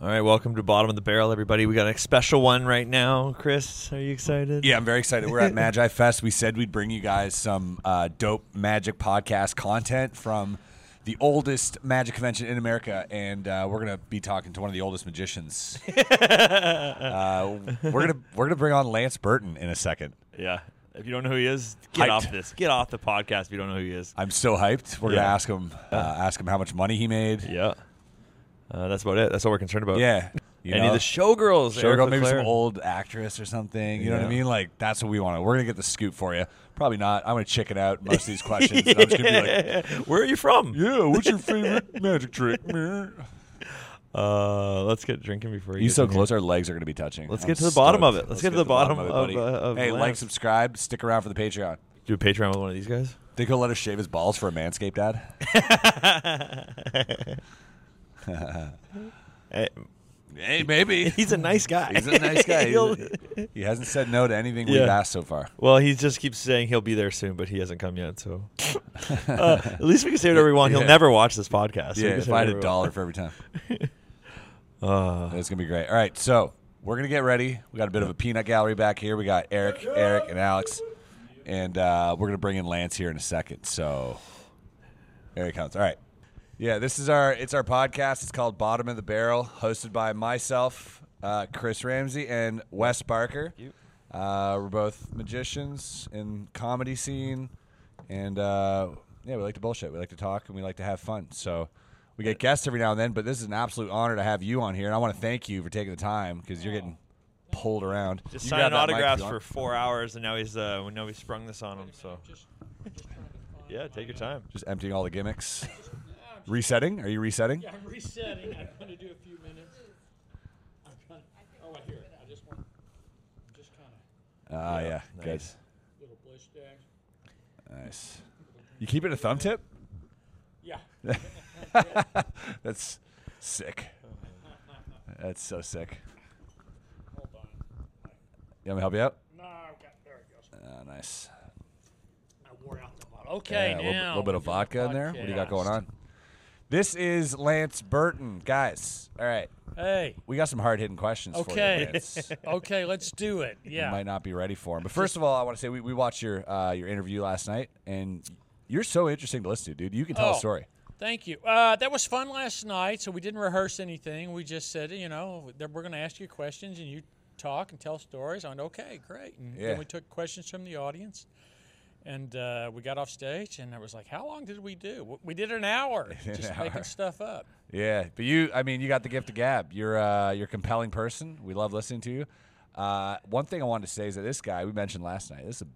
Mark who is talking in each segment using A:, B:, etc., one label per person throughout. A: right, welcome to Bottom of the Barrel, everybody. We got a special one right now. Chris, are you excited?
B: Yeah, I'm very excited. We're at Magi Fest. We said we'd bring you guys some uh, dope magic podcast content from the oldest magic convention in America, and uh, we're gonna be talking to one of the oldest magicians. uh, we're gonna we're gonna bring on Lance Burton in a second.
A: Yeah. If you don't know who he is, get
B: Hyped.
A: off this. Get off the podcast if you don't know who he is.
B: I'm so hyped. We're gonna
A: Yeah.
B: ask him uh, ask him how much money he made.
A: Yeah. Uh, that's about it. That's all we're concerned about.
B: Yeah, you
A: Any
B: know?
A: of the showgirls.
B: Sure,
A: Eric
B: go maybe some
A: LeClaire.
B: old actress or something. You know what I
A: Yeah.
B: mean? Like that's what we want. We're gonna get the scoop for you. Probably not. I'm gonna chicken out most of these questions. and I'm just gonna be like,
A: Where are you from?
B: "Yeah, what's your favorite magic trick?" man?"
A: Uh, let's get drinking before you.
B: You
A: get
B: so
A: in here.
B: close. Our legs are gonna be touching.
A: Let's get to the bottom of it. Let's get to the bottom
B: it,
A: of,
B: buddy.
A: uh, of
B: hey, like,
A: Lance.
B: subscribe, stick around for the Patreon.
A: Do a Patreon with one of these guys.
B: Think he'll let us shave his balls for a manscaped ad?
A: Eh,
B: hey, maybe.
A: He's a nice guy.
B: He's a nice guy.
A: He'll-
B: He's- he hasn't said no to anything
A: Yeah.
B: we've asked so far.
A: well, he just keeps saying he'll be there soon, but he hasn't come yet. So uh, at least we can say whatever we want. He'll
B: Yeah.
A: never watch this podcast. so we
B: yeah,
A: can
B: if
A: say
B: I had
A: whatever
B: a
A: we
B: dollar for every time.
A: want. Uh,
B: It's gonna be great. All right, so we're gonna get ready. We got a bit of a peanut gallery back here. We got Eric, Eric, and Alex, and uh, we're gonna bring in Lance here in a second. So there he comes. All right, yeah, this is our it's our podcast. It's called Bottom of the Barrel, hosted by myself, uh, Chris Ramsey, and Wes Barker. Uh, we're both magicians in comedy scene, and uh, yeah, we like to bullshit. We like to talk, and we like to have fun. So we get guests every now and then, but this is an absolute honor to have you on here, and I want to thank you for taking the time because you're getting pulled around.
A: just
B: You
A: signing
B: got that mic,
A: autographs
B: you
A: for
B: want-
A: four hours, and now he's uh, we know we sprung this on him. So yeah, take your time.
B: just emptying all the gimmicks. resetting? Are you resetting?
C: I'm resetting. I'm going to do a few minutes. I'm gonna, oh, I hear it. I just want, just kind of
B: Ah,
A: uh,
B: yeah,
A: nice.
C: little bliss dash.
B: good, nice. You keep it a thumb tip?
C: Yeah.
B: That's sick. That's so sick.
C: Hold on.
B: You want me to help you out?
C: No, okay. There it goes.
B: Uh, nice.
C: I wore out the bottle. Okay,
B: yeah, a
C: now.
B: little, little bit of
C: we're doing
B: vodka in there. What do you got going on? This is Lance Burton, guys. All right,
C: podcast. Hey.
B: we got some hard hitting questions for
C: Okay.
B: you, Lance.
C: Okay, let's do it.
B: You
C: Yeah.
B: might not be ready for him, but first of all, I want to say we, we watched your uh, your interview last night, and you're so interesting to listen to, dude. You can tell
C: Oh.
B: a story.
C: Thank you. Uh, that was fun last night, so we didn't rehearse anything. We just said, you know, that we're going to ask you questions and you talk and tell stories. I went, okay, great. And
B: Yeah.
C: then we took questions from the audience. And uh, we got off stage, and I was like, how long did we do? W- We did an hour just making stuff up.
B: Yeah, but you, I mean, you got the gift of gab. You're uh, you're a compelling person. We love listening to you. Uh, one thing I wanted to say is that this guy we mentioned last night. This is a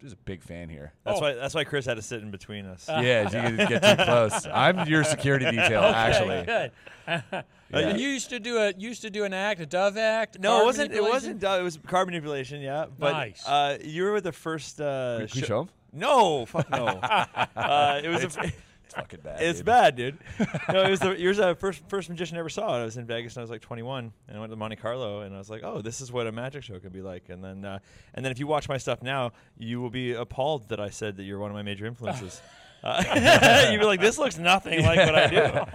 B: this is a big fan here.
A: That's
C: Oh. Uh,
A: why that's why Chris had to sit in between us.
B: Yeah, if you get too close. I'm your security detail,
C: Okay,
B: actually.
C: good. And you used to do a you used to do an act, a dove act.
A: No,
C: card
A: it wasn't. It
C: manipulation?
A: wasn't. Doug, it was car manipulation. Yeah, but
C: Nice.
A: uh, you were with the first. Uh,
B: Can we
A: sho-
B: show 'em?
A: No, fuck no. uh, it was. It's, a,
B: It's fucking bad.
A: it's
B: dude.
A: bad, dude. No, it was the yours. Uh, first, first magician I ever saw. I was in Vegas and I was like 21, and I went to Monte Carlo, and I was like, oh, this is what a magic show could be like. And then, uh, and then if you watch my stuff now, you will be appalled that I said that you're one of my major influences. uh, you'd be like, this looks nothing like what I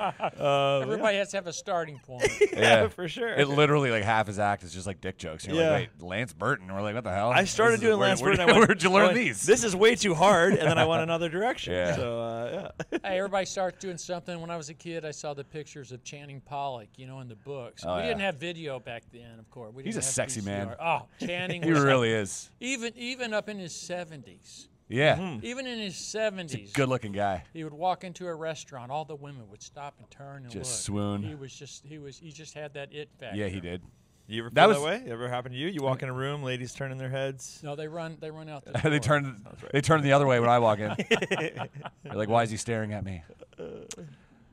A: do. Uh,
C: Everybody has to have a starting point.
A: yeah, for sure.
B: It literally like half his act is just like dick jokes. You're
A: Yeah.
B: like, wait, Lance Burton. We're like, what the hell?
A: I started
B: This is-
A: doing
B: where-
A: Lance
B: where-
A: Burton. I went,
B: Where'd you
A: I
B: learn
A: went,
B: these?
A: This is way too hard, and then I went another direction.
B: Yeah.
A: So uh, yeah.
C: Hey, everybody start doing something. When I was a kid, I saw the pictures of Channing Pollock, you know, in the books.
B: Oh,
C: we
B: yeah.
C: didn't have video back then, of course. We
B: He's
C: didn't
B: a
C: have
B: sexy man.
C: VCR. Oh, Channing
B: he
C: was
B: really is.
C: even even up in his 70s.
B: Yeah.
A: Mm-hmm.
C: Even in his 70s,
B: Good looking guy.
C: he would walk into a restaurant, all the women would stop and turn and
B: Just
C: look.
B: swoon.
C: He was just he was he just had that it factor.
B: Yeah, he did.
A: You ever feel
B: That
A: that,
B: was-
A: way? Ever happened to you? You walk in a room, ladies turning their heads.
C: No, they run they run out the
B: they
C: door.
B: turned they turned the other way when I walk in. They're like, why is he staring at me?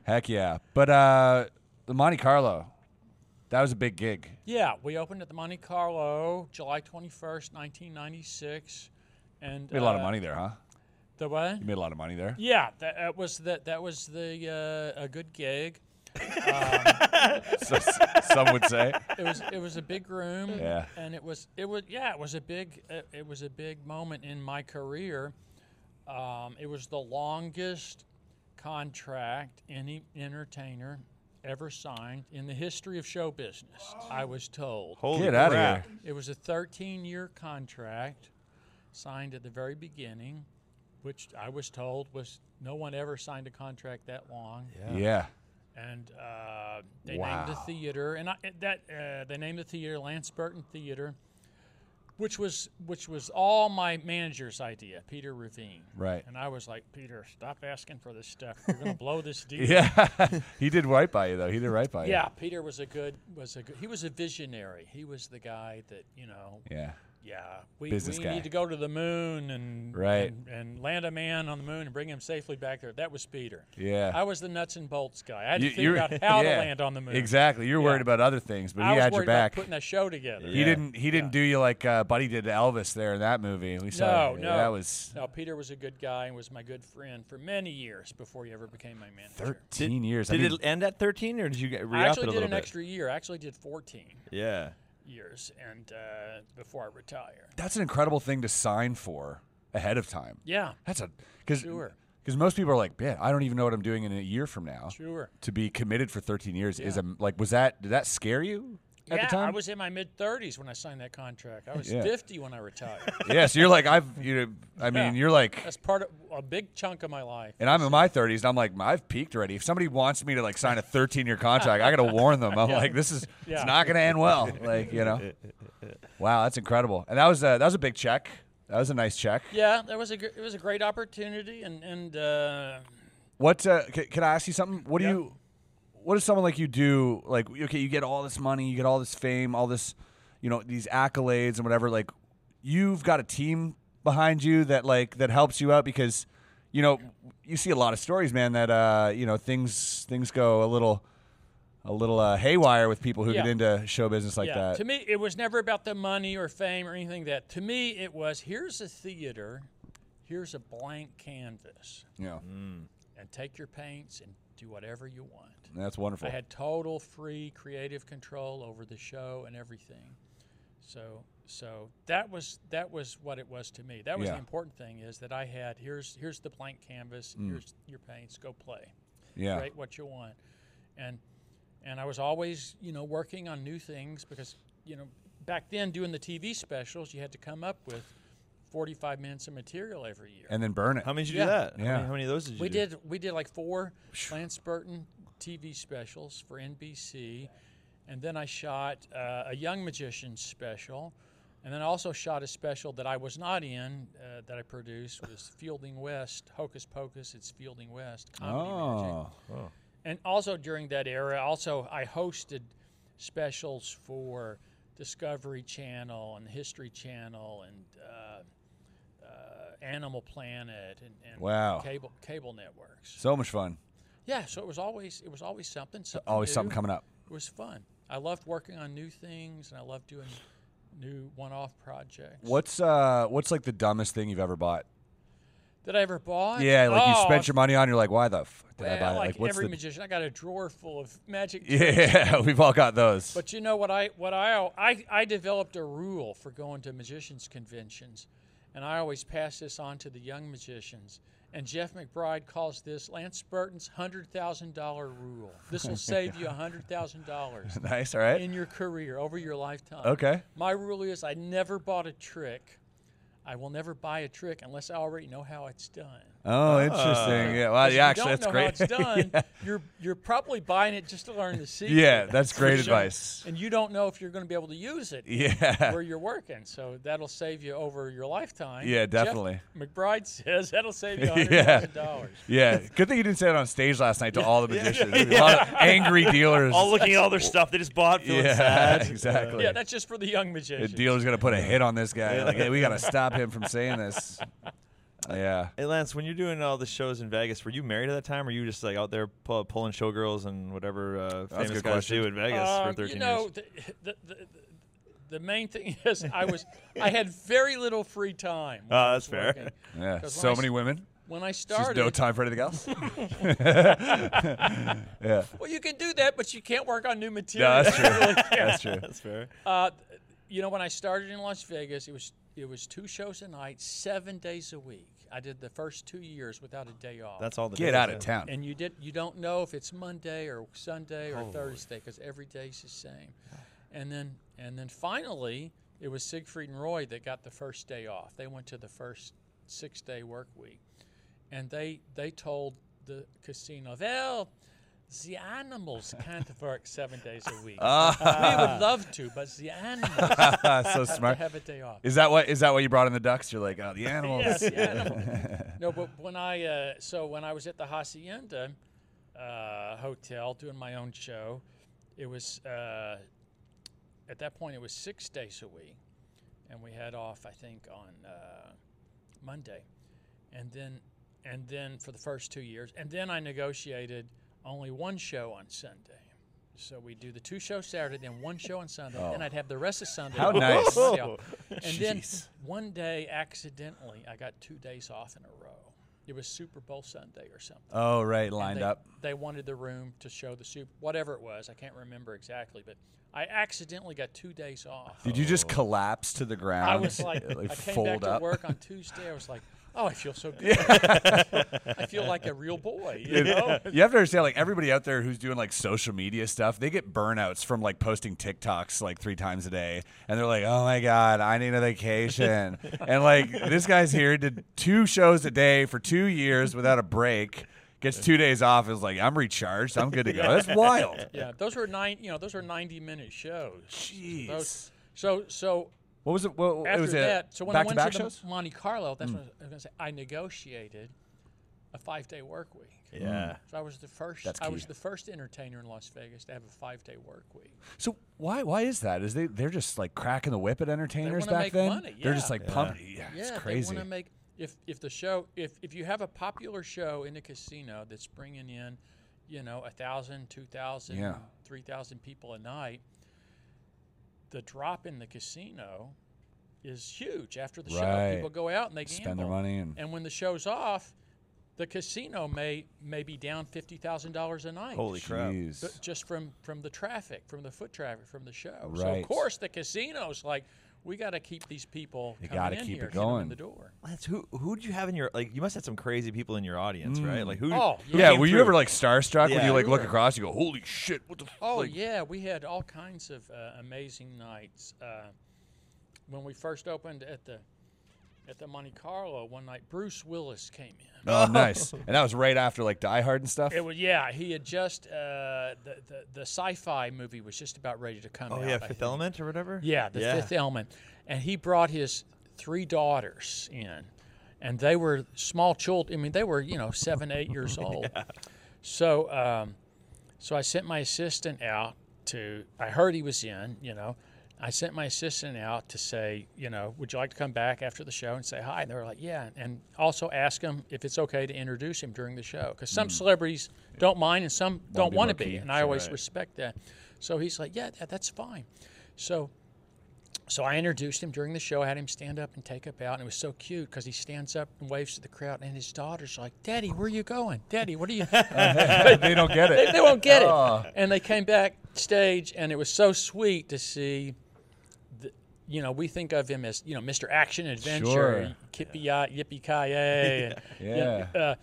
B: Heck yeah. But uh the Monte Carlo, that was a big gig.
C: Yeah, we opened at the Monte Carlo, July 21st, 1996. And
B: You made a lot of
C: uh,
B: money there, huh?
C: The what?
B: You made a lot of money there.
C: Yeah, that, that was the, that was the uh, a good gig.
B: So, s- some would say.
C: It was it was a big room.
B: Yeah.
C: And it was it was yeah it was a big uh, it was a big moment in my career. Um, it was the longest contract any entertainer ever signed in the history of show business. I was told.
A: Holy
B: Get outta
A: crap.
B: here.
C: It was a 13 year contract signed at the very beginning, which I was told was no one ever signed a contract that long.
B: Yeah.
C: And uh, they named
B: Wow.
C: the theater, and I, that uh, they named the theater Lance Burton Theater, which was which was all my manager's idea, Peter Ravine.
B: Right.
C: And I was like, Peter, stop asking for this stuff. We're gonna blow this deal.
B: Yeah. he did right by you though. He did right by you.
C: Yeah, Peter was a good was a good, he was a visionary. He was the guy that you know.
B: Yeah.
C: Yeah, we,
B: Business
C: we
B: guy.
C: need to go to the moon and
B: Right.
C: and, and land a man on the moon and bring him safely back there. That was Peter.
B: Yeah.
C: I was the nuts and bolts guy. I had
B: You-
C: to
B: you're-
C: figure out how
B: yeah.
C: to land on the moon.
B: Exactly. You're worried about other things, but
C: I
B: he
C: was
B: had
C: worried
B: your back.
C: about putting that show together.
B: He didn't. He didn't do you like uh, Buddy did to Elvis there in that movie. We saw
C: No, no,
B: that was
C: no. Peter was a good guy and was my good friend for many years before he ever became my manager.
B: thirteen years.
A: Did
B: I mean,
A: it end at 13 or did you get re
C: I
A: up it a
C: actually
A: little
C: did an
A: bit?
C: extra year. I actually did 14
A: yeah.
C: years, and uh, before I retired.
B: that's an incredible thing to sign for ahead of time.
C: Yeah,
B: That's a because
C: Sure.
B: because most people are like, man, I don't even know what I'm doing in a year from now.
C: sure.
B: To be committed for 13 years is a, like was that did that scare you at
C: yeah,
B: the time?
C: I was in my mid 30s when I signed that contract. I was
B: Yeah.
C: 50 when I retired.
B: yeah, so you're like I've you know I mean
C: Yeah.
B: you're like
C: That's part of a big chunk of my life.
B: and I'm in my 30s and I'm like I've peaked already. If somebody wants me to like sign a 13 year contract, I got to warn them. I'm like this is
C: Yeah.
B: it's not going to end well. Like you know, wow, that's incredible. And that was a, that was a big check. That was a nice check.
C: Yeah, that was a gr- it was a great opportunity, and and uh,
B: What uh, can, can I ask you something? What do you, what does someone like you do? Like, okay, you get all this money, you get all this fame, all this, you know, these accolades and whatever. Like, you've got a team behind you that like that helps you out because, you know, you see a lot of stories, man. That uh, you know, things things go a little, a little uh, haywire with people who get
C: Yeah.
B: into show business like
C: yeah,
B: that.
C: to me it was never about the money or fame or anything like that. To me, it was here's a theater, here's a blank canvas,
B: yeah,
A: Mm-hmm.
C: and take your paints and do whatever you want.
B: that's wonderful.
C: I had total free creative control over the show and everything. So so that was that was what it was to me. That was
B: Yeah.
C: the important thing is that I had here's here's the blank canvas,
B: Mm.
C: here's your paints, go play.
B: yeah,
C: Create what you want. And and I was always, you know, working on new things because, you know, back then doing the TV specials, you had to come up with 45 minutes of material every year.
B: and then burn it.
A: How many did you
C: Yeah.
A: do that? How,
B: Yeah.
A: many, how many of those did you
C: We
A: do?
C: did we did like four Lance Burton TV specials for NBC, and then I shot uh, a Young Magician special, and then I also shot a special that I was not in uh, that I produced was Fielding West Hocus Pocus. It's Fielding West comedy magic,
B: oh,
C: and also during that era, also I hosted specials for Discovery Channel and History Channel and. Uh, uh, Animal Planet and, and
B: Wow.
C: cable cable networks.
B: so much fun.
C: Yeah, so it was always it was always something. something
B: Always
C: new.
B: something coming up.
C: It was fun. I loved working on new things, and I loved doing new one-off projects.
B: What's uh, what's like the dumbest thing you've ever bought?
C: that I ever bought?
B: Yeah, like you
C: Oh,
B: spent your money on. You're like, why the fuck did I
C: well,
B: buy that?
C: Like,
B: Like, what's
C: every
B: the?
C: magician, I got a drawer full of magic.
B: yeah, we've all got those.
C: But you know what I what I, al- I I developed a rule for going to magicians conventions, and I always pass this on to the young magicians. And Jeff McBride calls this Lance Burton's hundred thousand dollar rule. This will save you hundred thousand dollars
B: nice, all right.
C: in your career over your lifetime.
B: Okay.
C: My rule is I never bought a trick. I will never buy a trick unless I already know how it's done.
B: Oh, interesting. Yeah, well,
C: Because if uh, you
B: yeah, actually,
C: don't
B: that's
C: know
B: great.
C: How it's done. You're you're probably buying it just to learn the secret.
B: yeah, that's
C: For
B: great
C: sure.
B: advice.
C: And you don't know if you're going to be able to use it
B: Yeah,
C: where you're working, so that'll save you over your lifetime.
B: Yeah,
C: Jeff
B: definitely.
C: McBride says that'll save you hundred
B: Yeah.
C: thousand dollars.
B: yeah. Good thing you didn't say it on stage last night to all the magicians. A lot of angry dealers.
A: All looking at all their stuff they just bought, feeling
B: yeah,
A: sad.
B: exactly.
C: Yeah, that's just for the young
B: the
C: magicians.
B: dealer's gonna put a hit on this guy. Like, hey, we gotta stop him from saying this. Yeah.
A: Hey Lance, when you're doing all the shows in Vegas, were you married at that time, or you just like out there pu- pulling showgirls and whatever uh,
B: a
A: famous
B: good
A: guys
B: question.
A: do in Vegas for
C: Um,
A: 13
C: you know,
A: years?
C: The, the, the, the main thing is I was I had very little free time. when
A: Oh,
C: I
A: that's
C: was
A: fair.
C: working.
B: Yeah.
C: 'Cause when
B: So
C: I s-
B: many women.
C: When I
B: Ah, Just
C: started,
B: no time for anything else.
C: well, you can do that, but you can't work on new material.
B: No, that's
C: You
B: true.
C: really can't.
B: That's true.
A: That's fair.
C: Uh, you know, when I started in Las Vegas, it was it was two shows a night, seven days a week. I did the first two years without a day off.
A: That's all the
B: Get
A: days,
B: out of
A: yeah.
B: town.
C: and you did you don't know if it's Monday or Sunday or Thursday because every day's the same. And then and then finally it was Siegfried and Roy that got the first day off. They went to the first six day work week, and they they told the casino well. The animals can't work seven days a week. we would love to, but the animals
B: so smart.
C: have a day off.
B: Is that what? Is that why you brought in the ducks? You're like, oh, the animals.
C: Yes, yeah. no, but when I uh, so when I was at the Hacienda uh, hotel doing my own show, it was uh, at that point it was six days a week, and we had off I think on uh, Monday, and then and then for the first two years, and then I negotiated only one show on Sunday. So we do the two show Saturday, then one show on Sunday, then I'd have the rest of Sunday.
B: Oh. How
C: off.
B: nice.
C: Monday off. And then
B: Jeez.
C: one day, accidentally, I got two days off in a row. It was Super Bowl Sunday or something.
B: Oh, right, lined
C: they,
B: up.
C: They wanted the room to show the Super, whatever it was. I can't remember exactly, but I accidentally got two days off.
B: Did you just collapse to the ground?
C: Oh. I was like, I came
B: fold
C: back
B: up.
C: to work on Tuesday. I was like, oh, I feel so good. I feel like a real boy. You know?
B: You have to understand, like everybody out there who's doing like social media stuff, they get burnouts from like posting TikToks like three times a day, and they're like, "Oh my god, I need a vacation." and like this guy's here did two shows a day for two years without a break, gets two days off, is like, "I'm recharged, I'm good to go." That's wild.
C: Yeah, those were nine. You know, those were ninety-minute shows.
B: Jeez.
C: Those, so, so
B: what was it? What,
C: after
B: it was
C: that,
B: a
C: so when I
B: back to
C: went
B: back
C: to the
B: shows. Hmm.
C: Monte Carlo, that's what I was going to say. I negotiated a five-day work week.
B: Mm-hmm.
A: Yeah.
C: So I was the first.
B: That's
C: I
B: key.
C: was the first entertainer in Las Vegas to have a five-day work week.
B: So why why is that? Is they they're just like cracking the whip at entertainers
C: wanna
B: back
C: make
B: then?
C: money,
B: They're just
C: yeah.
B: like pumping. Yeah,
C: yeah,
B: it's
C: they
B: crazy.
C: want to make if if the show if if you have a popular show in the casino that's bringing in, you know, a thousand, two thousand,
B: Yeah.
C: three thousand people a night, the drop in the casino is huge. After the
B: Right.
C: show, people go out and they
B: Spend their
C: gamble.
B: money and-
C: when the show's off, the casino may may be down fifty thousand dollars a night.
A: Holy crap.
B: Jeez.
C: But just from from the traffic, from the foot traffic, from the show. So
B: Right.
C: of course the casinos like we got to keep these people.
B: You
C: coming
B: gotta
C: in
B: keep
C: here,
B: it
C: get 'em
B: going.
C: in the door.
A: Lance, who who did you have in your like? You must have had some crazy people in your audience, right? Like who?
C: Oh,
A: who
B: Mm. yeah,
A: came
B: were you
A: through?
B: ever like starstruck when
A: Yeah.
B: you like look
C: Sure.
B: across? You go, "Holy shit! What the?" F-?
C: Oh
B: like-
C: yeah, we had all kinds of uh, amazing nights. Uh, when we first opened at the at the Monte Carlo one night, Bruce Willis came in.
B: Oh, nice. And that was right after like Die Hard and stuff.
C: It was yeah. He had just uh, the, the the sci-fi movie was just about ready to come
A: Oh
C: out.
A: yeah,
C: I
A: Fifth
C: think.
A: Element or whatever.
C: Yeah, the Fifth Element, and he brought his three daughters in, and they were small children. I mean, they were you know seven, eight years old. So, um, so I sent my assistant out to. I heard he was in. You know, I sent my assistant out to say, you know, would you like to come back after the show and say hi? And they were like, yeah, and also ask him if it's okay to introduce him during the show because some celebrities don't mind and some don't
B: be
C: want to
B: low-key.
C: be, and I always respect that. So he's like, yeah, that, that's fine. So. So I introduced him during the show. I had him stand up and take up out, and it was so cute because he stands up and waves to the crowd, and his daughter's like, "Daddy, where are you going? Daddy, what are you?"
B: they don't get it.
C: they won't get
B: Oh.
C: it. And they came backstage, and it was so sweet to see. The, you know, we think of him as you know, Mr. Action Adventure,
B: Sure.
C: Kippy Yippee Ki Yay,
B: Yeah.
C: uh,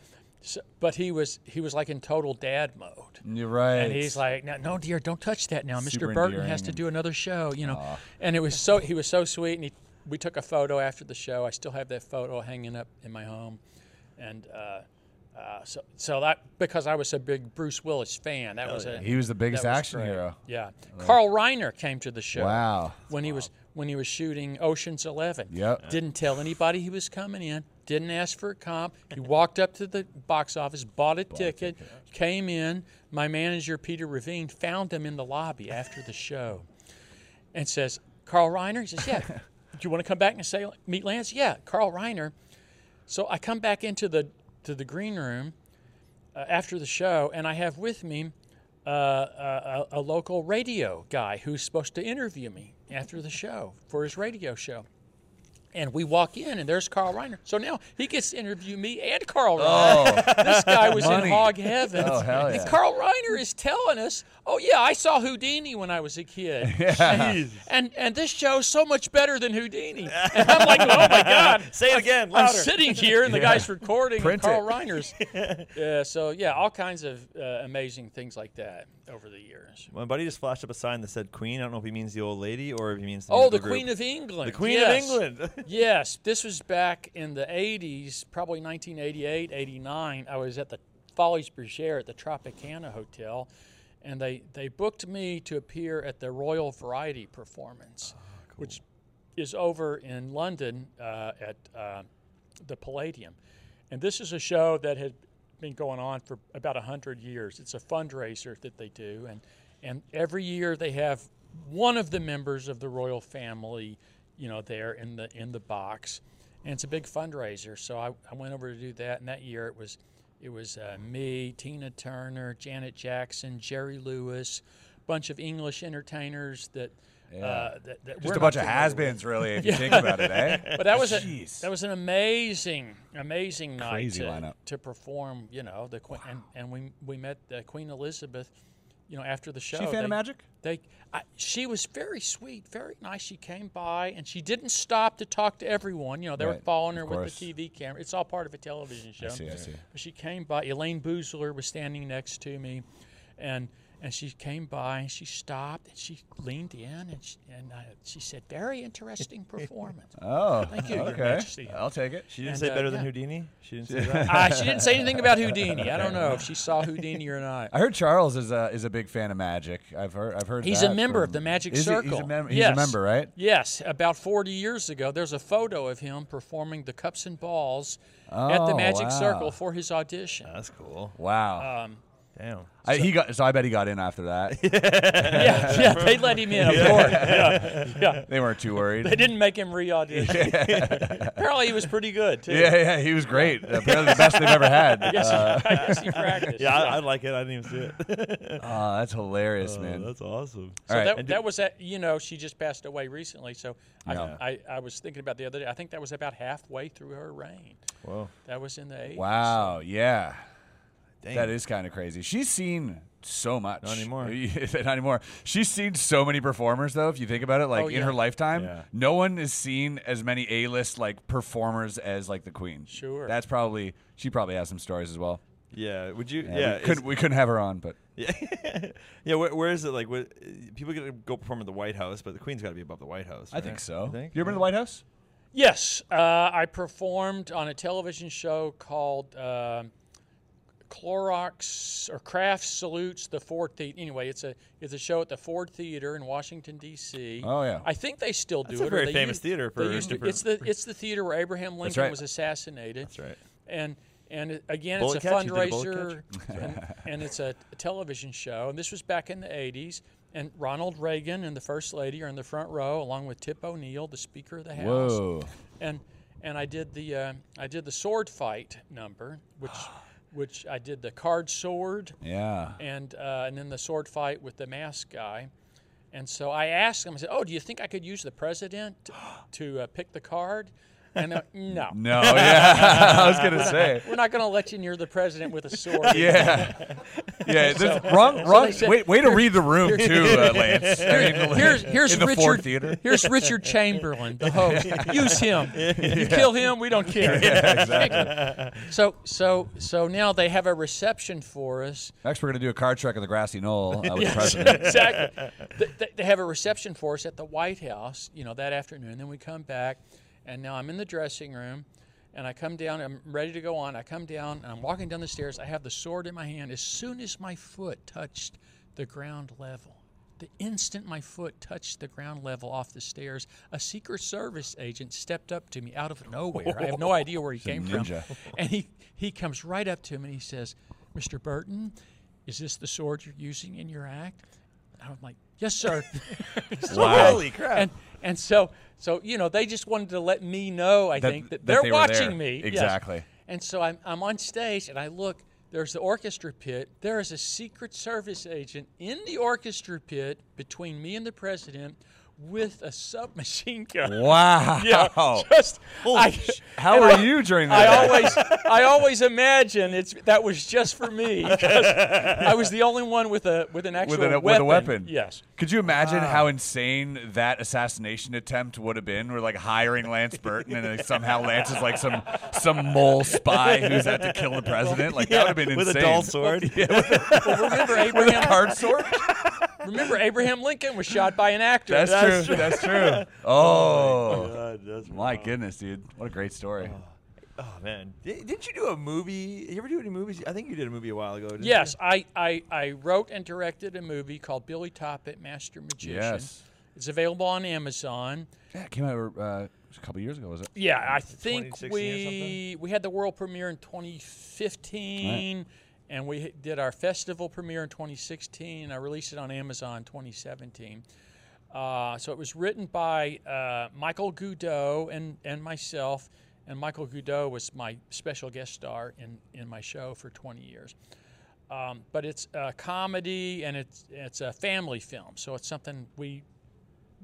C: so, but he was he was like in total dad mode.
B: You're right.
C: And he's like, no, no, dear, don't touch that now.
B: Super
C: Mr. Burton
B: endearing
C: has to
B: and-
C: do another show, you know. And it was so he was so sweet, and he, we took a photo after the show. I still have that photo hanging up in my home, and uh, uh, so so that because I was a big Bruce Willis fan, that was a
B: Oh, he was the biggest
C: that was
B: action
C: great.
B: hero.
C: Yeah, Carl Reiner came to the show.
B: Wow.
C: When he was when he was shooting Ocean's Eleven.
B: Yep.
C: Didn't tell anybody he was coming in. Didn't ask for a comp. He walked up to the box office, bought a, ticket, came in. My manager Peter Ravine found him in the lobby after the show, and says, "Carl Reiner." He says, "Yeah." Do you want to come back and say meet Lance? Yeah, Carl Reiner. So I come back into the to the green room uh, after the show, and I have with me uh, a, a a local radio guy who's supposed to interview me after the show for his radio show. And we walk in, and there's Carl Reiner. So now he gets to interview me and Carl Reiner. this guy was
B: Oh. Money.
C: in hog heaven.
B: Oh, hell yeah.
C: And Carl Reiner is telling us, "Oh yeah, I saw Houdini when I was a kid, and, and and this show's so much better than Houdini." And I'm like, "Oh my god,
A: Say it again,
C: I'm
A: louder.
C: sitting here, and the guy's recording.
B: Print
C: and Carl
B: it.
C: Reiner's. yeah, so yeah, all kinds of uh, amazing things like that over the years.
A: My buddy just flashed up a sign that said Queen. I don't know if he means the old lady or if he means the
C: Oh,
A: musical
C: the
A: group.
C: Queen of England.
A: the Queen
C: yes.
A: of England.
C: yes, this was back in the 80s, probably 1988, 89. I was at the Follies Bergère at the Tropicana Hotel, and they, they booked me to appear at the Royal Variety
A: Ah,
C: performance, which is over in London uh, at uh, the Palladium. And this is a show that had been going on for about 100 years. It's a fundraiser that they do. And, and every year they have one of the members of the royal family, you know, there in the, in the box. And it's a big fundraiser. So I, I went over to do that. And that year it was, it was uh, me, Tina Turner, Janet Jackson, Jerry Lewis, bunch of English entertainers that, uh, that, that we're
B: Just a
C: not
B: bunch of
C: familiar with.
B: has-beens, really, if you think about it, eh?
C: But that was a,
B: Jeez.
C: that was an amazing, amazing night
B: Crazy
C: to,
B: lineup.
C: to perform. You know the queen, and, and we we met uh, Queen Elizabeth. You know after the show,
B: a fan of
C: They-
B: Magic?
C: They, I, she was very sweet, very nice. She came by and she didn't stop to talk to everyone. You know they were
B: Right,
C: following her
B: of
C: with
B: course.
C: the TV camera. It's all part of a television show.
B: see, I see.
C: But she came by. Elaine Boozler was standing next to me, and and she came by and she stopped and she leaned in and she, and uh, she said, "Very interesting performance."
B: Oh,
C: Thank you, Your
B: Okay,
C: Majesty.
B: I'll take it.
A: She didn't
C: And,
A: say
C: uh,
A: better than
C: yeah.
A: Houdini. She didn't say that.
C: Uh, she didn't say anything about Houdini. I don't know if she saw Houdini or not.
B: I heard Charles is a is a big fan of Magic. I've heard I've heard
C: He's
B: that
C: a member of
B: from-
C: the Magic
B: Is he-
C: Circle.
B: He's a, mem- he's
C: yes.
B: a member, right?
C: Yes. About 40 years ago, there's a photo of him performing the cups and balls at the
B: Oh,
C: Magic
B: wow.
C: Circle for his audition.
A: That's cool.
C: Uh,
B: Wow.
A: Damn.
B: I, he got so I bet he got in after that.
C: yeah, yeah, they let him in, of course. Yeah, yeah.
B: they weren't too worried.
C: They didn't make him re-audition. Apparently, he was pretty good too.
B: yeah, yeah, he was great. Apparently the best they've ever had.
C: Yes, he-
B: Uh,
C: yes, he practiced.
A: Yeah, I, I like it. I didn't even see it.
B: oh, that's hilarious,
A: Oh,
B: man.
A: that's awesome.
B: All
C: So
B: right.
C: that,
B: And
C: that was at, you know she just passed away recently. So
B: Yeah.
C: I, I I was thinking about the other day. I think that was about halfway through her reign.
A: Whoa.
C: That was in the 80s.
B: Wow, yeah.
A: Dang.
B: That is kind of crazy. She's seen so much.
A: Not anymore.
B: Not anymore. She's seen so many performers, though. If you think about it, like
C: Oh,
B: in her
C: yeah.
B: lifetime,
A: Yeah.
B: no one has seen as many A-list like performers as like the Queen.
C: Sure.
B: That's probably she probably has some stories as well.
A: Yeah. Would you? Yeah.
B: Yeah, we
A: is-
B: couldn't we couldn't have her on, but
A: yeah. yeah. Where, where is it? Like, what, people get to go perform at the White House, but the Queen's got to be above the White House.
B: I think
A: right?
B: so.
A: You think?
B: You ever been to the White House?
C: Yes, uh, I performed on a television show called um Clorox or Kraft Salutes the Ford Theater. Anyway, it's a it's a show at the Ford Theater in Washington D.C.
B: Oh, yeah.
C: I think they still do
A: That's
C: it.
A: a
C: or
A: very
C: they
A: famous
C: used-
A: theater
C: they
A: for-
C: used to-
A: for-
C: it's the it's the theater where Abraham Lincoln
B: right.
C: was assassinated.
A: That's right.
C: And and it- again,
A: Bullet
C: it's a
A: catch? You did a
C: fundraiser,
A: bullet
C: and, and it's a, a television show. And this was back in the '80s. And Ronald Reagan and the First Lady are in the front row, along with Tip O'Neill, the Speaker of the House.
B: Whoa.
C: And and I did the uh, I did the sword fight number, which which I did the card sword
B: Yeah.
C: and uh, and then the sword fight with the mask guy. And so I asked him, I said, "Oh, do you think I could use the president t- to uh, pick the card?" And they're like, no,
B: No, yeah. I was gonna say.
C: we're not going to let you near the president with a sword.
B: Yeah. Yeah. There's wrong wrong
C: they said,
B: wait way to read the room too, uh, Lance. I mean,
C: Here's here's
B: in the
C: Richard
B: Ford Theater.
C: Here's Richard Chamberlain, the host. Use him. You kill him, we don't care. So so so now they have a reception for us.
B: Next, we're going to do a card trick on the grassy knoll uh, with the president.
C: exactly. They- They, they have a reception for us at the White House, you know, that afternoon. Then we come back, and now I'm in the dressing room, and I come down. I'm ready to go on. I come down, and I'm walking down the stairs. I have the sword in my hand. As soon as my foot touched the ground level, the instant my foot touched the ground level off the stairs, a Secret Service agent stepped up to me out of nowhere. I have no idea where he came from.
B: ninja.
C: And he, he comes right up to him and he says, Mr. Burton, is this the sword you're using in your act? And I'm like, yes, sir.
B: Wow.
A: Holy crap.
C: and and so so you know they just wanted to let me know. I
B: That-
C: think that,
B: that
C: they're
B: they were
C: watching
B: there.
C: me. yes.
B: Exactly.
C: And so I'm I'm on stage and I look. There's the orchestra pit. There is a Secret Service agent in the orchestra pit between me and the president. with a submachine gun.
B: Wow.
C: Yeah, just I,
B: How
C: and
B: are
C: I-
B: you during
C: I
B: that?
C: always, I always imagine it's that was just for me. 'cause I was the only one with a with an actual
B: an-
C: weapon.
B: with a weapon.
C: Yes.
B: Could you imagine how insane that assassination attempt would have been? We're like hiring Lance Burton, and then somehow Lance is like some some mole spy who's out to kill the president. Like that would have been
A: with
B: insane.
A: a dull sword.
C: Well, remember
B: With a
C: Abraham.
B: hard sword?
C: remember Abraham Lincoln was shot by an actor.
B: That's,
A: That's true.
B: true. That's true. Oh,
A: God, Uh, that's
B: my goodness, dude! What a great story.
A: Oh man, Di- didn't you do a movie? You ever do any movies? I think you did a movie a while ago. Didn't
C: Yes,
A: you?
C: I, I, I wrote and directed a movie called Billy Toppet, Master Magician.
B: Yes.
C: It's available on Amazon.
B: Yeah, it came out uh, a couple years ago, was it?
C: Yeah, I think
A: 2016 or
C: we we had the world premiere in 2015, and we h- did our festival premiere in 2016. And I released it on Amazon 2017. Uh, so it was written by uh, Michael Goudot and and myself. And Michael Goudot was my special guest star in in my show for 20 years. Um, but it's a comedy and it's it's a family film, so it's something we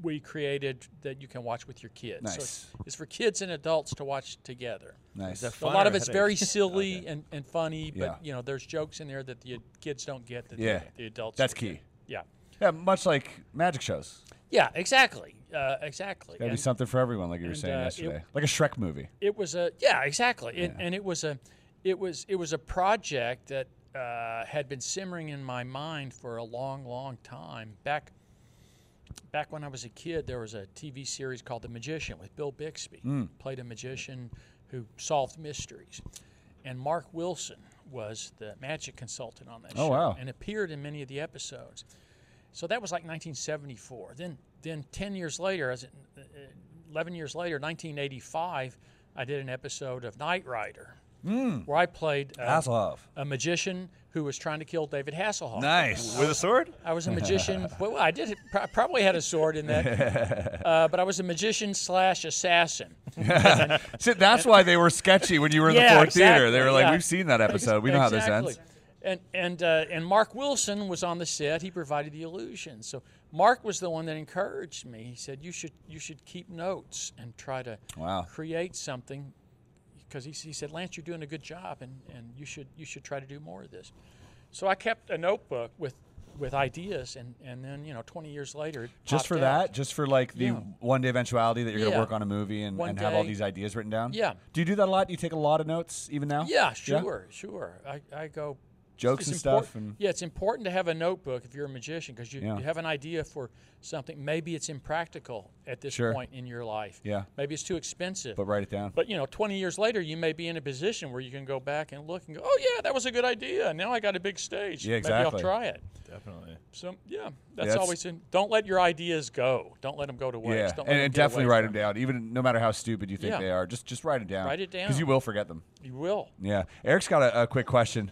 C: we created that you can watch with your kids. So it's,
B: Nice.
C: it's for kids and adults to watch together.
B: Nice.
A: Is that
C: So a
A: Fun
C: lot
A: or
C: of it's
A: headache?
C: very silly and, and funny, but
B: Yeah.
C: you know, there's jokes in there that the kids don't get that
B: Yeah.
C: the, the adults.
B: That's
C: will get.
B: key.
C: Yeah,
B: Yeah, much like magic shows.
C: yeah, exactly, uh, exactly.
B: Gotta
C: And-
B: be something for everyone, like you were
C: and,
B: saying
C: uh, it-
B: yesterday, like a Shrek movie.
C: it was a yeah exactly It, and it was a it was it was a project that uh, had been simmering in my mind for a long long time back back when i was a kid there was a tv series called the magician with bill bixby
B: Hmm.
C: played a magician who solved mysteries and mark wilson was the magic consultant on that
B: Oh,
C: show
B: wow.
C: and appeared in many of the episodes so that was like 1974. Then, then 10 years later, as in, uh, 11 years later, 1985, I did an episode of Knight Rider where I played uh,
B: Hasselhoff.
C: a magician who was trying to kill David Hasselhoff.
B: Nice.
A: with a sword.
C: I was a magician. well, I did pro- probably had a sword in that, uh, but I was a magician slash assassin.
B: See, that's why they were sketchy when you were in the
C: Yeah,
B: Ford Theater.
C: exactly,
B: They were like,
C: yeah.
B: "We've seen that episode. We know how
C: Exactly.
B: this ends."
C: And and uh, and Mark Wilson was on the set. He provided the illusion. So Mark was the one that encouraged me. He said, "You should you should keep notes and try to
B: Wow.
C: create something," because he, s- he said, "Lance, you're doing a good job, and, and you should you should try to do more of this." So I kept a notebook with with ideas, and and then you know, 20 years later, it
B: Just
C: popped
B: for
C: out.
B: that, just for like the one day eventuality that you're gonna
C: Yeah.
B: work on a movie and,
C: One
B: and have all
C: day.
B: these ideas written down.
C: Yeah.
B: Do you do that a lot? Do you take a lot of notes even now?
C: Yeah, sure, sure. I, I go
B: Jokes
C: it's
B: and stuff
C: import-
B: and-
C: yeah, it's important to have a notebook if you're a magician because you,
B: Yeah.
C: you have an idea for something. Maybe it's impractical at this
B: Sure.
C: point in your life.
B: Yeah.
C: Maybe it's too expensive.
B: But write it down.
C: But, you know, 20 years later, you may be in a position where you can go back and look and go, "Oh yeah, that was a good idea. Now I got a big stage.
B: Yeah,
C: Maybe
B: exactly.
C: I'll try it."
A: Definitely.
C: So yeah, that's
B: That's-
C: always in. Don't let your ideas go. Don't let them go to
B: yeah,
C: waste. Don't let
B: and,
C: them
B: and
C: get away
B: definitely write
C: from
B: them down, even no matter how stupid you think
C: Yeah.
B: they are. Just just write it down.
C: Write it
B: because
C: down.
B: you will forget them.
C: You will.
B: Yeah, Eric's got a, a quick question.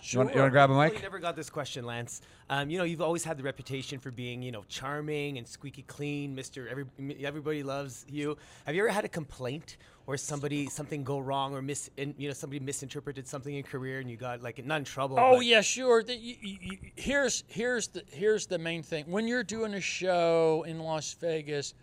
B: You
C: Sure.
B: want, you want to grab a
D: I
B: mic?
D: never got this question, Lance. Um, you know, you've always had the reputation for being, you know, charming and squeaky clean, Mister. Every, everybody loves you. Have you ever had a complaint or somebody something go wrong or mis, in, you know, somebody misinterpreted something in your career and you got like not in trouble?
C: Oh
D: but-
C: yeah, sure. The, you, you, you- here's here's the here's the main thing. When you're doing a show in Las Vegas,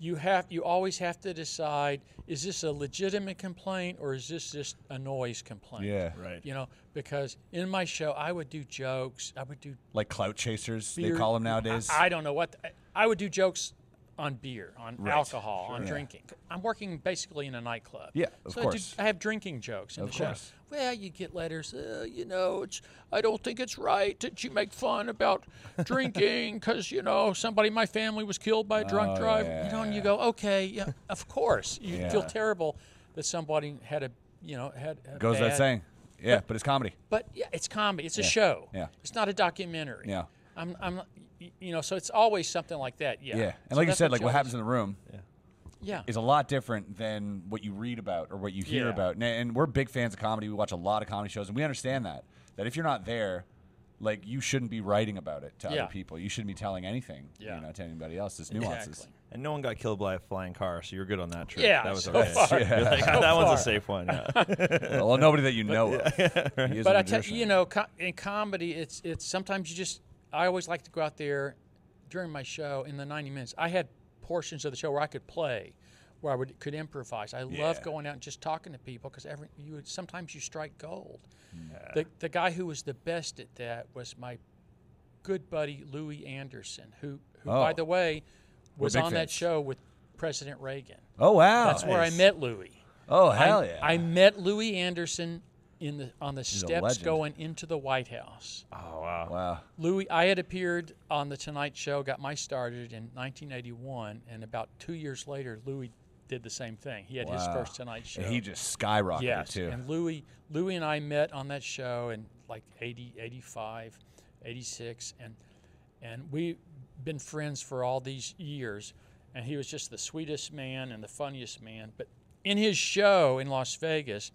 C: you have you always have to decide: is this a legitimate complaint or is this just a noise complaint?
B: Yeah.
A: Right.
C: You know, because in my show, I would do jokes. I would do
B: Like clout chasers, they
C: beer-
B: call them nowadays.
C: I, I don't know what. the- I would do jokes on beer, on alcohol, on drinking. I'm working basically in a nightclub.
B: Yeah, of
C: so
B: course.
C: I, do, I have drinking jokes in
B: Of
C: the show.
B: course.
C: Well, you get letters. Uh, you know, it's, I don't think it's right that you make fun about drinking because you know somebody in my family was killed by a
B: Oh,
C: drunk driver. You know, and you go, okay, yeah, of course. You feel
B: Yeah.
C: terrible that somebody had a you know had a
B: Goes
C: bad,
B: that saying. Yeah, but it's comedy.
C: but yeah, it's comedy. It's a show.
B: yeah.
C: It's not a documentary.
B: Yeah.
C: I'm, I'm, not- y- you know, so it's always something like that. Yeah.
B: Yeah, and
C: So
B: like you
C: that's
B: said, like what
C: shows.
B: happens in the room
C: Yeah.
B: is a lot different than what you read about or what you hear
C: Yeah.
B: about. And, and we're big fans of comedy. We watch a lot of comedy shows, and we understand that that if you're not there, like you shouldn't be writing about it to
C: Yeah.
B: other people. You shouldn't be telling anything,
C: Yeah.
B: you know, to anybody else. It's nuances.
C: Exactly.
A: And no one got killed by a flying car, so you're good on that trip.
C: Yeah,
A: that was
C: so
A: okay.
C: far.
A: You're like, "Ah, that one's
C: far.
A: a safe one. Yeah.
B: well, nobody that you know of. He is a
C: But I tell
B: magician.
C: you know, co- in comedy, it's it's sometimes you just. I always like to go out there during my show in the 90 minutes. I had portions of the show where I could play, where I would could improvise. I
B: Yeah.
C: love going out and just talking to people because every you would- sometimes you strike gold. The the guy who was the best at that was my good buddy Louis Anderson, who, who by
B: Oh.
C: the way was
B: big
C: on that
B: fans.
C: show with President Reagan.
B: Oh wow.
C: That's where I met Louis.
B: Oh
C: I-
B: hell yeah.
C: I met Louis Anderson in the on the
B: a
C: steps
B: legend. Ah.
C: going into the White House.
A: Oh wow.
B: wow.
C: Louis, I had appeared on the Tonight Show, got my started in 1981, and about two years later, Louis did the same thing. He had his
B: Wow.
C: first Tonight Show.
B: And he just skyrocketed
C: yes,
B: too.
C: and Louis, Louis and I met on that show in like 80, 85, 86, and and we've been friends for all these years. And he was just the sweetest man and the funniest man. But in his show in Las Vegas,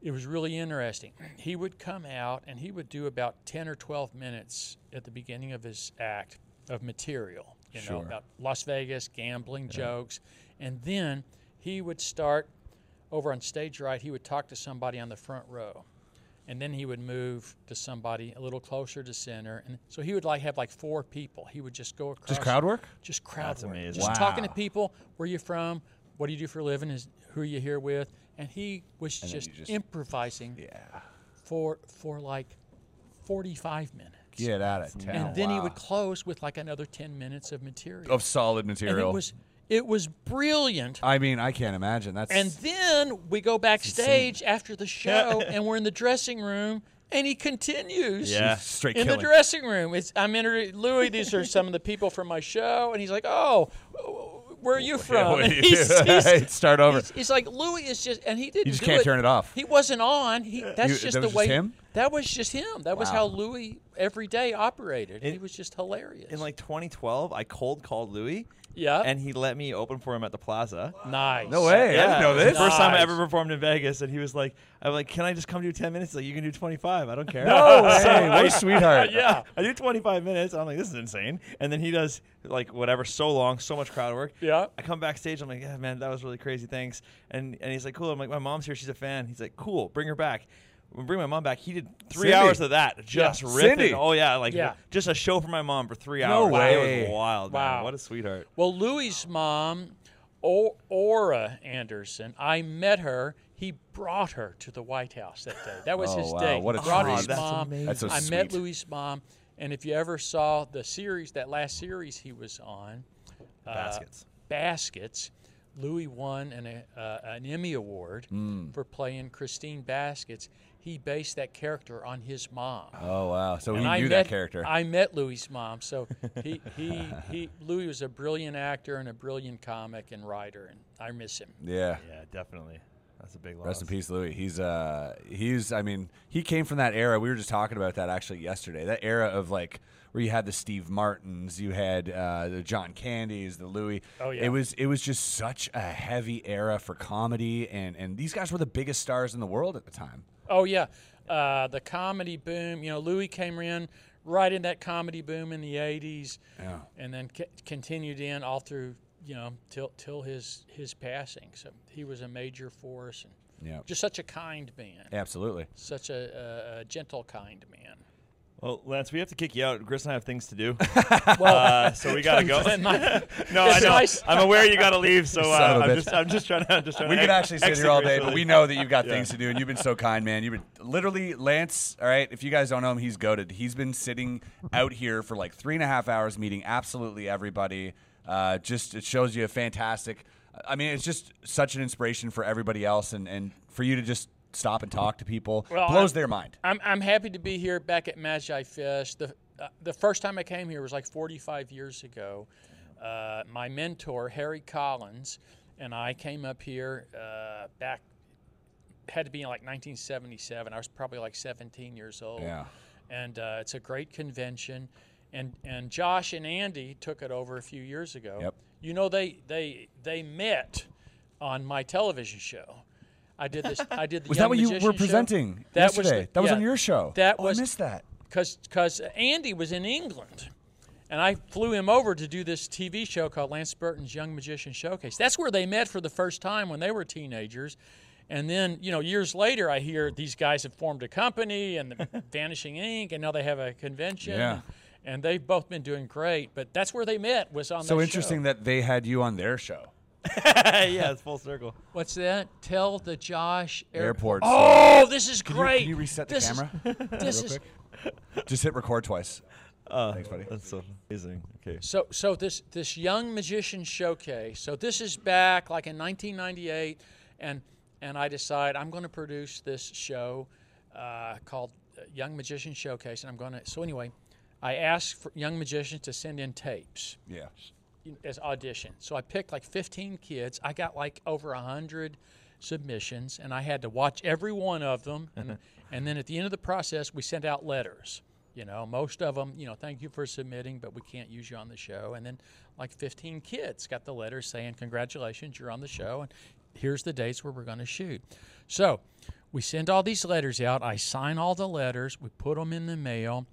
C: it was really interesting. He would come out and he would do about 10 or 12 minutes at the beginning of his act of material, you know, about Las Vegas, gambling, jokes. And then he would start over on stage right, he would talk to somebody on the front row. And then he would move to somebody a little closer to center. And so he would like have like four people. He would just go across
B: just crowd work?
C: just crowd
A: That's
C: work.
A: amazing.
C: Just talking to
B: Wow.
C: people. Where you from? What do you do for a living? Is who are you here with? And he was
B: then
C: just,
B: you just-
C: improvising for for like forty five minutes.
B: Get out of town.
C: And then he
B: Wow.
C: would close with like another ten minutes of material.
B: of solid
C: and
B: material.
C: it was it was brilliant.
B: I mean, I can't imagine. That's
C: And then we go backstage after the show, and we're in the dressing room, and he continues.
A: Yeah.
B: straight
C: In
B: killing.
C: the dressing room, it's I'm inter- Louis. These are some of the people from my show, and he's like, "Oh, where are you from?"
B: what
C: And
B: do you
C: he's,
B: do?
C: he's-
B: Hey, start over.
C: He's, he's like, "Louis is just," and he didn't.
B: just
C: do
B: can't turn it off.
C: He wasn't on. He that's
B: You-
C: just
B: that
C: the
B: was just
C: way.
B: him?
C: That was just him. That was
B: Wow.
C: how Louis every day operated.
A: In-
C: he was just hilarious.
A: In like 2012, I cold called Louis.
C: Yeah. Oh,
A: And he let me open for him at the Plaza.
C: nice.
B: No way. I didn't
A: it
B: know
A: was the
B: this.
A: First time I
C: Nice.
A: ever performed in Vegas, and he was like, "I'm like, can I just come do 10 minutes? He's like, you can do 25. I don't care.
B: Oh, hey, what a sweetheart.
C: Yeah.
A: I do 25 minutes. I'm like, this is insane. And then he does like whatever, so long, so much crowd work.
C: Yeah.
A: I come backstage. I'm like, yeah, man, that was really crazy. Thanks. And and he's like, cool. I'm like, my mom's here. She's a fan. He's like, cool. Bring her back. We Bring my mom back. He did three
B: Cindy.
A: hours of that, just ripping.
B: Cindy.
A: Oh yeah, like
C: Yeah.
A: just a show for my mom for three hours.
B: No
A: It
B: way.
A: was wild. man.
C: Wow.
A: what a sweetheart.
C: Well, Louis's mom, o- Aura Anderson, I met her. He brought her to the White House that day. That was
B: Oh,
C: his
B: wow.
C: day.
B: What a
C: He brought
A: treat.
C: his
A: That's
C: mom.
A: amazing.
B: That's so
C: I met
B: sweet.
C: Louis's mom, and if you ever saw the series, that last series he was on, uh,
A: Baskets.
C: Baskets. Louis won an, uh, an Emmy Award
B: Mm.
C: for playing Christine Baskets. He based that character on his mom.
B: Oh wow. So he
C: And I
B: knew
C: met-
B: that character.
C: I met Louis' mom, so he, he he Louis was a brilliant actor and a brilliant comic and writer, and I miss him.
B: yeah.
A: Yeah, definitely. That's a big loss.
B: Rest in peace, Louis. He's uh he's I mean, he came from that era. We were just talking about that actually yesterday. That era of like where you had the Steve Martins, you had uh, the John Candies, the Louis.
C: Oh, yeah.
B: It was it was just such a heavy era for comedy and and these guys were the biggest stars in the world at the time.
C: Oh yeah, uh, the comedy boom. You know, Louis came in right in that comedy boom in the '80s,
B: Yeah.
C: and then c- continued in all through you know till till his his passing. So he was a major force, and
B: Yeah.
C: just such a kind man,
B: Absolutely.
C: such a, a, a gentle, kind man.
A: Well, Lance, we have to kick you out. Chris and I have things to do,
C: Well,
A: uh, so we gotta go.
C: and my-
A: No, I
C: It's
A: know.
C: nice.
A: I'm aware you got to leave, so uh,
B: Son of a
A: I'm
B: bitch.
A: just I'm just trying to. I'm just trying
B: We
A: to
B: could
A: ex-
B: actually sit here all day,
A: execrate
B: but
A: really.
B: we know that you've got things to do, and you've been so kind, man. You've been literally Lance. All right, if you guys don't know him, he's goaded. He's been sitting out here for like three and a half hours, meeting absolutely everybody. Uh, just it shows you a fantastic. I mean, it's just such an inspiration for everybody else, and and for you to just stop and talk to people
C: Well,
B: blows
C: I-
B: their mind.
C: I'm, I'm happy to be here back at Magi Fest. The, uh, the first time I came here was like 45 years ago. Uh, my mentor, Harry Collins, and I came up here uh, back, had to be in like 1977. I was probably like 17 years old.
B: Yeah.
C: And uh, it's a great convention. And, and Josh and Andy took it over a few years ago.
B: Yep.
C: You know, they, they, they met on my television show. I did this. I did the
B: Was
C: Young
B: that what you
C: Magician
B: were
C: show.
B: presenting
C: That
B: yesterday?
C: Was the-
B: that was
C: yeah.
B: on your show.
C: That
B: Oh,
C: was
B: I missed that.
C: because Andy was in England, and I flew him over to do this TV show called Lance Burton's Young Magician Showcase. That's where they met for the first time when they were teenagers, and then you know years later I hear these guys have formed a company and the Vanishing Ink, and now they have a convention.
B: Yeah.
C: and they've both been doing great. But that's where they met was on.
B: So
C: that
B: interesting
C: show.
B: that they had you on their show.
A: yeah, it's full circle.
C: What's that? Tell the Josh Air-
B: Airport.
C: Oh, this is
B: story.
C: great.
B: Can you reset the
C: This is-
B: camera?
C: this is
B: Just hit record twice.
A: Uh,
B: Thanks, buddy.
A: That's so amazing. Okay.
C: So, so this this young magician showcase. So this is back like in 1998, and and I decide I'm going to produce this show uh, called uh, Young Magician Showcase, and I'm going to. So anyway, I asked for young magicians to send in tapes
B: Yeah.
C: you know, as audition. So I picked like 15 kids. I got like over 100 submissions, and I had to watch every one of them. And, and then at the end of the process, we sent out letters. You know, most of them, you know, thank you for submitting, but we can't use you on the show. And then like 15 kids got the letter saying, congratulations, you're on the show, and here's the dates where we're going to shoot. So we send all these letters out. I sign all the letters, we put them in the mail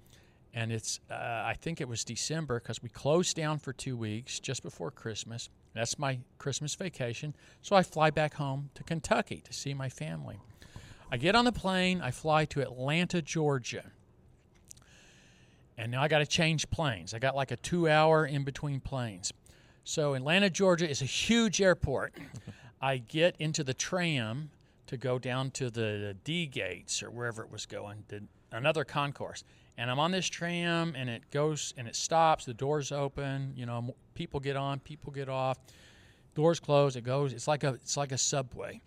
C: and it's uh, I think it was December because we closed down for two weeks just before Christmas. That's my Christmas vacation, so I fly back home to Kentucky to see my family. I get on the plane, I fly to Atlanta, Georgia, and now I got to change planes. I got like a two-hour in between planes, so Atlanta, Georgia is a huge airport. I get into the tram to go down to the D gates or wherever it was going, the, another concourse. And I'm on this tram and it goes and it stops, the doors open, you know, m- people get on, people get off. Doors close, it goes. It's like a it's like a subway.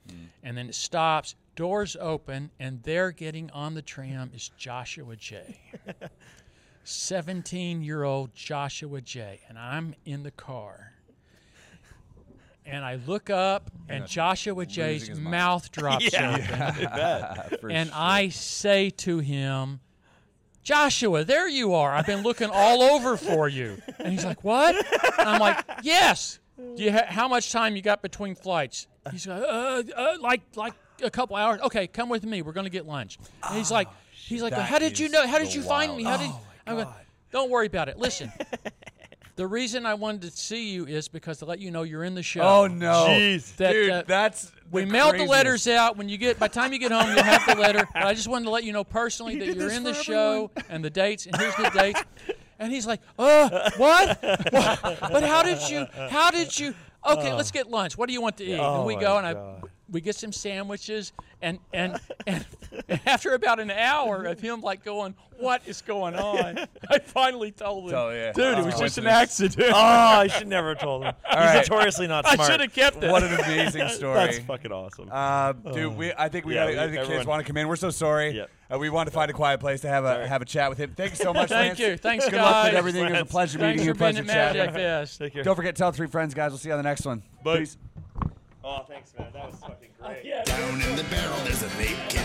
C: And then it stops, doors open, and there getting on the tram is Joshua J. 17 year old Joshua J. And I'm in the car. And I look up, and Joshua J's
B: his mind.
C: mouth drops open. And I say to him, Joshua, there you are. I've been looking all over for you. And he's like, What? And I'm like, Yes. Do you ha- how much time you got between flights? He's like, uh, uh, like, like a couple hours. Okay, come with me. We're gonna get lunch. And he's like, he's like,
B: Ah, that
C: How did you
B: is
C: know? How did
B: the Oh,
C: you find me? How did?
B: wildest.
C: I'm like, Don't worry about it. Listen, the reason I wanted to see you is because to let you know you're in the show.
B: Oh no,
A: Jeez.
C: That,
B: dude,
C: uh,
B: that's the
C: We mailed the
B: craziest.
C: letters out. When you get by the time you get home, you'll have the letter. But I just wanted to let you know personally that
B: did
C: you're
B: this
C: in the
B: for
C: show and the dates, and here's the dates. And he's like, "Uh, what? what? But how did you? How did you? Okay, let's get lunch. What do you want to eat?" and we
A: my
C: go, and I,
A: God.
C: we get some sandwiches, and and and after about an hour of him like going, "What is going on?" I finally told him,
B: Oh, yeah.
C: "Dude, it
B: That's
C: was just an
B: coincidence.
C: accident.
A: Oh, I should never have told him. He's
B: right.
A: notoriously not
C: I
A: smart.
C: should have kept it."
B: What an amazing story.
A: That's fucking awesome.
B: Uh, dude, we, I think we,
A: Yeah,
B: gotta,
A: we-
B: I think kids
A: everyone-
B: want to come in. We're so sorry.
A: Yep.
B: Uh, we wanted to find a quiet place to have a have a chat with him. Thank you so much.
C: Thank
B: Lance.
C: you. Thanks,
B: Good luck
C: guys.
B: with everything. It was a
A: Lance.
B: pleasure
C: Thanks
B: meeting you.
C: for being
B: Pleasure
C: at Magic
B: chatting.
C: Fest.
A: Take care.
B: Don't forget, to tell three friends, guys. We'll see you on the next one.
A: Bye.
B: Peace.
A: Oh, thanks, man. That was fucking great.
E: Down in the barrel, there's a vape can.